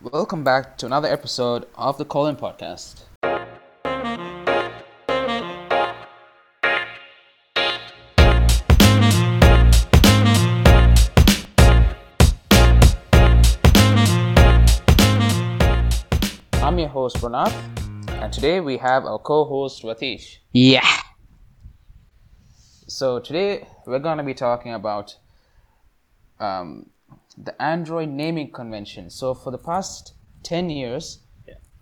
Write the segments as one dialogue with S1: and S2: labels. S1: Welcome back to another episode of the Colin Podcast. I'm your host Pranath, and today we have our co-host Ratish.
S2: Yeah.
S1: So today we're gonna be talking about um, the Android naming convention. So for the past ten years,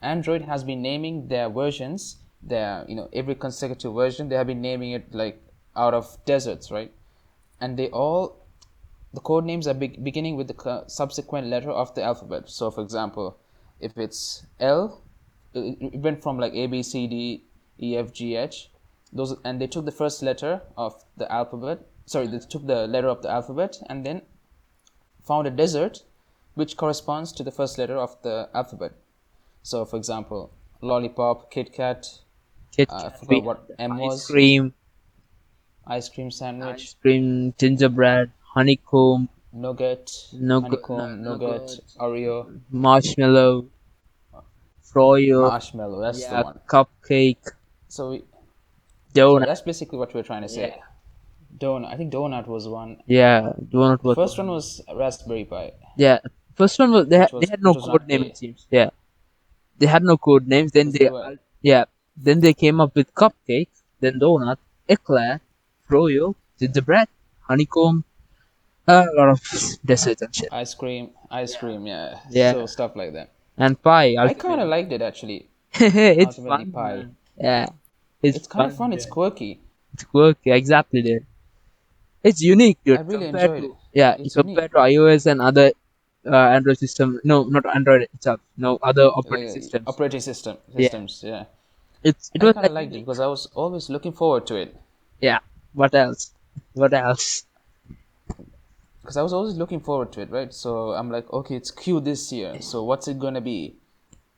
S1: Android has been naming their versions. Their you know every consecutive version they have been naming it like out of deserts, right? And they all the code names are be- beginning with the co- subsequent letter of the alphabet. So for example, if it's L, it it went from like A B C D E F G H. Those and they took the first letter of the alphabet. Sorry, they took the letter of the alphabet and then found a desert which corresponds to the first letter of the alphabet. So, for example, lollipop, Kit Kat,
S2: Kit
S1: uh, I
S2: Kat,
S1: forgot what M
S2: ice
S1: was,
S2: cream,
S1: ice cream sandwich,
S2: ice cream, gingerbread, honeycomb,
S1: nougat,
S2: Noug-
S1: honeycomb,
S2: no-
S1: nougat, Oreo,
S2: marshmallow, froyo,
S1: marshmallow. That's
S2: yeah,
S1: the one.
S2: cupcake,
S1: So we,
S2: donut.
S1: that's basically what we're trying to say.
S2: Yeah.
S1: Donut. I think donut was one.
S2: Yeah, donut was
S1: First one was raspberry pie.
S2: yeah. First one was they, had
S1: Which was-
S2: they had no
S1: which was
S2: code
S1: not
S2: name
S1: A.
S2: it seems. Yeah, they had no code names. Then
S1: Because
S2: they
S1: they were-
S2: yeah. Then they came up with cupcake, then donut, eclair, froyo, gingerbread, honeycomb, a lot of desserts and shit,
S1: Ice cream, ice cream, yeah.
S2: Yeah.
S1: So stuff like that.
S2: and pie.
S1: I
S2: ultimately.
S1: kind of liked it actually.
S2: it's
S1: Ultimately
S2: fun.
S1: pie.
S2: man. Yeah, it's,
S1: It's kind of fun. It's quirky.
S2: It's quirky, exactly. Dude. It's unique, dude.
S1: I really
S2: compared
S1: enjoyed
S2: to,
S1: it.
S2: Yeah,
S1: It's
S2: compared to iOS and other uh, Android system. No, not Android itself. No other operating
S1: Like, uh,
S2: systems.
S1: Operating system systems. Yeah.
S2: it's it
S1: I
S2: was
S1: kind of
S2: like,
S1: liked it because I was always looking forward to it
S2: yeah. What else? What else?
S1: because I was always looking forward to it, right? So I'm like, okay, it's Q this year. So what's it gonna be?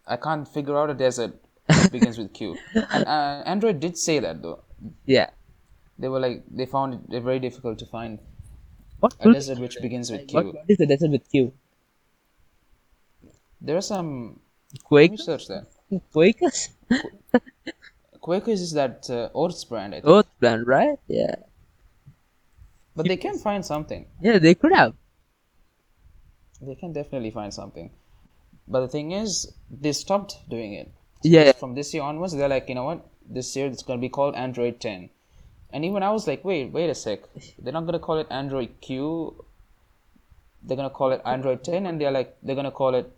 S1: I can't figure out a desert that begins with Q. And uh, Android did say that though.
S2: Yeah.
S1: They were like they found it very difficult to find
S2: What
S1: a
S2: fruit-
S1: desert which begins with
S2: what,
S1: Q.
S2: what is the desert with Q?
S1: There are some. Let me
S2: Quakers?
S1: search that.
S2: Quakers?
S1: Quakers is that uh, Oats brand, I think.
S2: Earth plan, right? Yeah.
S1: But they can find something.
S2: Yeah, they could have.
S1: They can definitely find something. But the thing is, they stopped doing it.
S2: Yeah.
S1: From this year onwards, they're like, you know what? This year it's going to be called Android 10. And even I was like, wait, wait a sec. They're not going to call it Android Q. They're going to call it Android 10. And they're like, they're going to call it.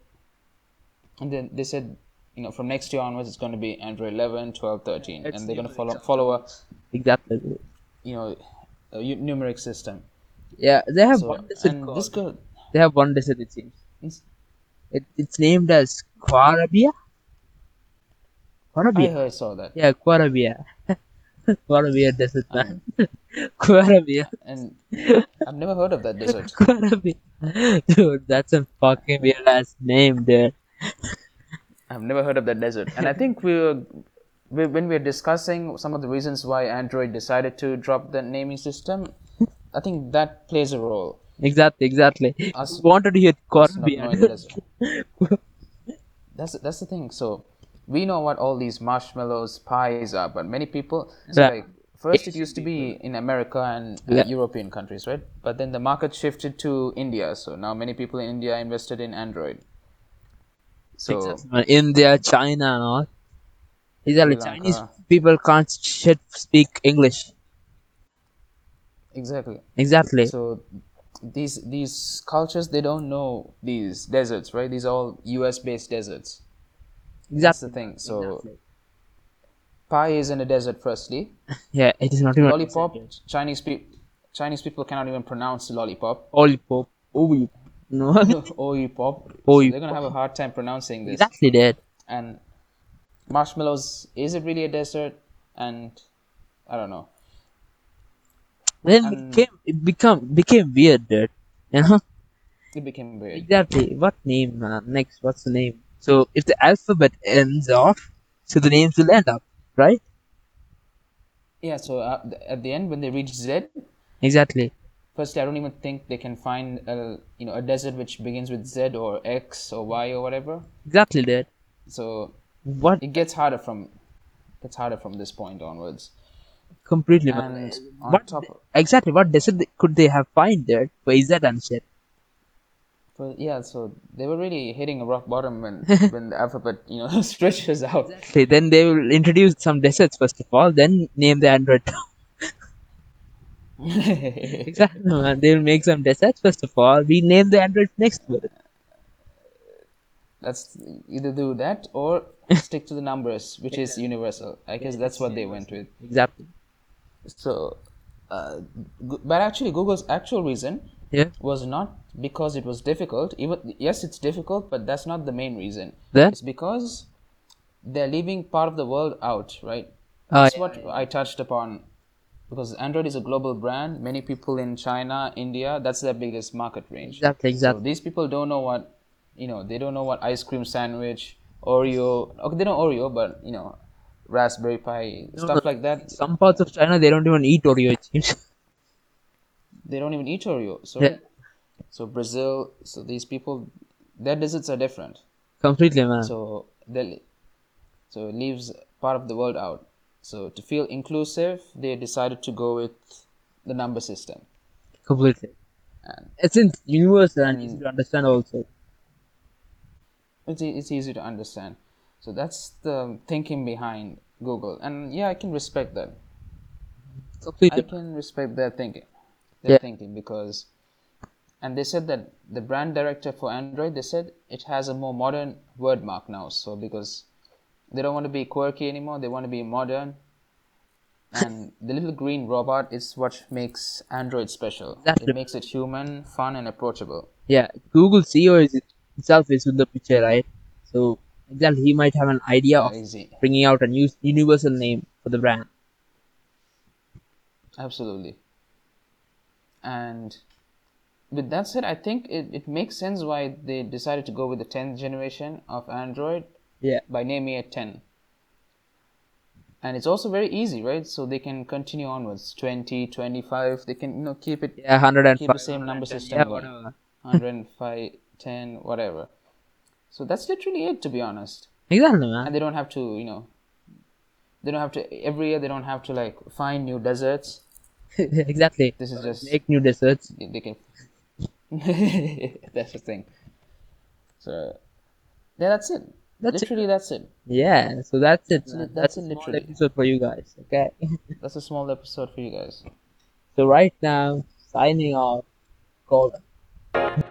S1: And then they said, you know, from next year onwards, it's going to be Android 11, 12, 13.
S2: it's
S1: and they're going to
S2: numeric
S1: follow, follow a,
S2: Exactly.
S1: you know, a u- numeric system.
S2: Yeah, they have
S1: So,
S2: one desert.
S1: and
S2: called-
S1: this girl,
S2: They have one desert. It seems.
S1: it's-
S2: It, it's named as Quarabia.
S1: I
S2: Quarabia.
S1: heard saw that.
S2: Yeah, Quarabia. Quarabia desert man. Quarabia.
S1: And I've never heard of that dessert.
S2: Quarabia. Dude, that's a fucking weird ass name, dude.
S1: I've never heard of that desert. And I think we were, we, when we were discussing some of the reasons why Android decided to drop the naming system, I think that plays a role.
S2: Exactly, exactly.
S1: Us-
S2: Wanted to hear
S1: Us not knowing the
S2: Quarabia.
S1: desert. That's that's the thing. So we know what all these marshmallows pies are, but many people so
S2: Yeah.
S1: like first it used to be in America and uh,
S2: Yeah.
S1: European countries, right? But then the market shifted to India. So now many people in India invested in Android. So
S2: Exactly. India, China, and all. These are like
S1: Sri
S2: Chinese
S1: Lanka.
S2: people can't shit speak English.
S1: exactly.
S2: Exactly.
S1: So these these cultures they don't know these deserts, right? These are all US based deserts. That's
S2: exactly.
S1: the thing. So
S2: Exactly.
S1: pie is in a desert firstly.
S2: Yeah, it is not even
S1: Lollipop Chinese people Chinese people cannot even pronounce lollipop.
S2: Lollipop. Oh, no.
S1: Oipop. So
S2: Oipop.
S1: they're gonna have a hard time pronouncing this.
S2: Exactly that.
S1: And marshmallows is it really a desert? And I don't know.
S2: Then it
S1: And-
S2: became it become became weird, dude. You know
S1: It became weird.
S2: exactly what name, man. Next, what's the name? So if the alphabet ends off, so the names will end up, right?
S1: Yeah. So uh, th- at the end when they reach Z,
S2: Exactly.
S1: Firstly, I don't even think they can find a you know a desert which begins with Z or X or Y or whatever.
S2: Exactly that.
S1: So
S2: What
S1: it gets harder from gets harder from this point onwards.
S2: completely?
S1: And on
S2: what
S1: top of
S2: exactly? What desert they- could they have find there for Izzat and shit?
S1: Well, yeah, so they were really hitting a rock bottom when when the alphabet you know stretches out.
S2: Okay, then they will introduce some deserts first of all, then name the android town. exactly, man. They will make some deserts first of all. We name the android next word.
S1: That's either do that or stick to the numbers, which is universal. I guess that's what they went with.
S2: Exactly.
S1: So, uh, Go- but actually, Google's actual reason
S2: Yeah.
S1: was not because it was difficult. Even yes, it's difficult, but that's not the main reason.
S2: Then.
S1: It's because they're leaving part of the world out, right?
S2: Uh,
S1: That's what I touched upon. Because Android is a global brand, many people in China, India, that's their biggest market range.
S2: exactly.
S1: So
S2: Exactly.
S1: these people don't know what, you know, they don't know what ice cream sandwich, Oreo. Okay, they know Oreo, but you know, Raspberry Pi
S2: No,
S1: stuff
S2: no.
S1: like that.
S2: Some parts of China they don't even eat Oreo. It seems.
S1: They don't even eat Oreo.
S2: yeah.
S1: So, so Brazil. So these people, their deserts are different.
S2: Completely, man.
S1: So they so it leaves part of the world out. So to feel inclusive, they decided to go with the number system.
S2: Completely.
S1: And
S2: Uh, It's in universal and easy
S1: and
S2: to understand also.
S1: it's, e- it's easy to understand. So that's the thinking behind Google. And yeah, I can respect that. I
S2: Completely, man.
S1: can respect their thinking. Their
S2: Yeah.
S1: thinking because and they said that the brand director for Android, they said it has a more modern word mark now. So because they don't want to be quirky anymore, they want to be modern. And the little green robot is what makes Android special. It
S2: Exactly.
S1: makes it human, fun, and approachable.
S2: Yeah. Google CEO is itself is with the picture, right? So exactly, he might have an idea
S1: Yeah,
S2: of
S1: easy.
S2: bringing out a new universal name for the brand.
S1: Absolutely. And with that said, I think it, it makes sense why they decided to go with the 10th generation of Android
S2: Yeah.
S1: by naming it 10. And it's also very easy, right? So they can continue onwards 20, 25, they can you know keep it
S2: Yeah, 105,
S1: keep the same number
S2: 110, yeah,
S1: system going.
S2: whatever.
S1: 105, 10, whatever. So that's literally it to be honest.
S2: Exactly, man.
S1: And they don't have to, you know, they don't have to every year they don't have to like find new deserts.
S2: exactly.
S1: This is
S2: Or
S1: just
S2: Make new desserts.
S1: they they can that's the thing. So yeah, that's it.
S2: That's it.
S1: Literally, that's it.
S2: Yeah, so that's it,
S1: That's, li-
S2: man.
S1: that's
S2: That's
S1: it.
S2: a small
S1: Literally,
S2: episode for you guys, okay?
S1: that's a small episode for you guys.
S2: so right now, signing off, Golden.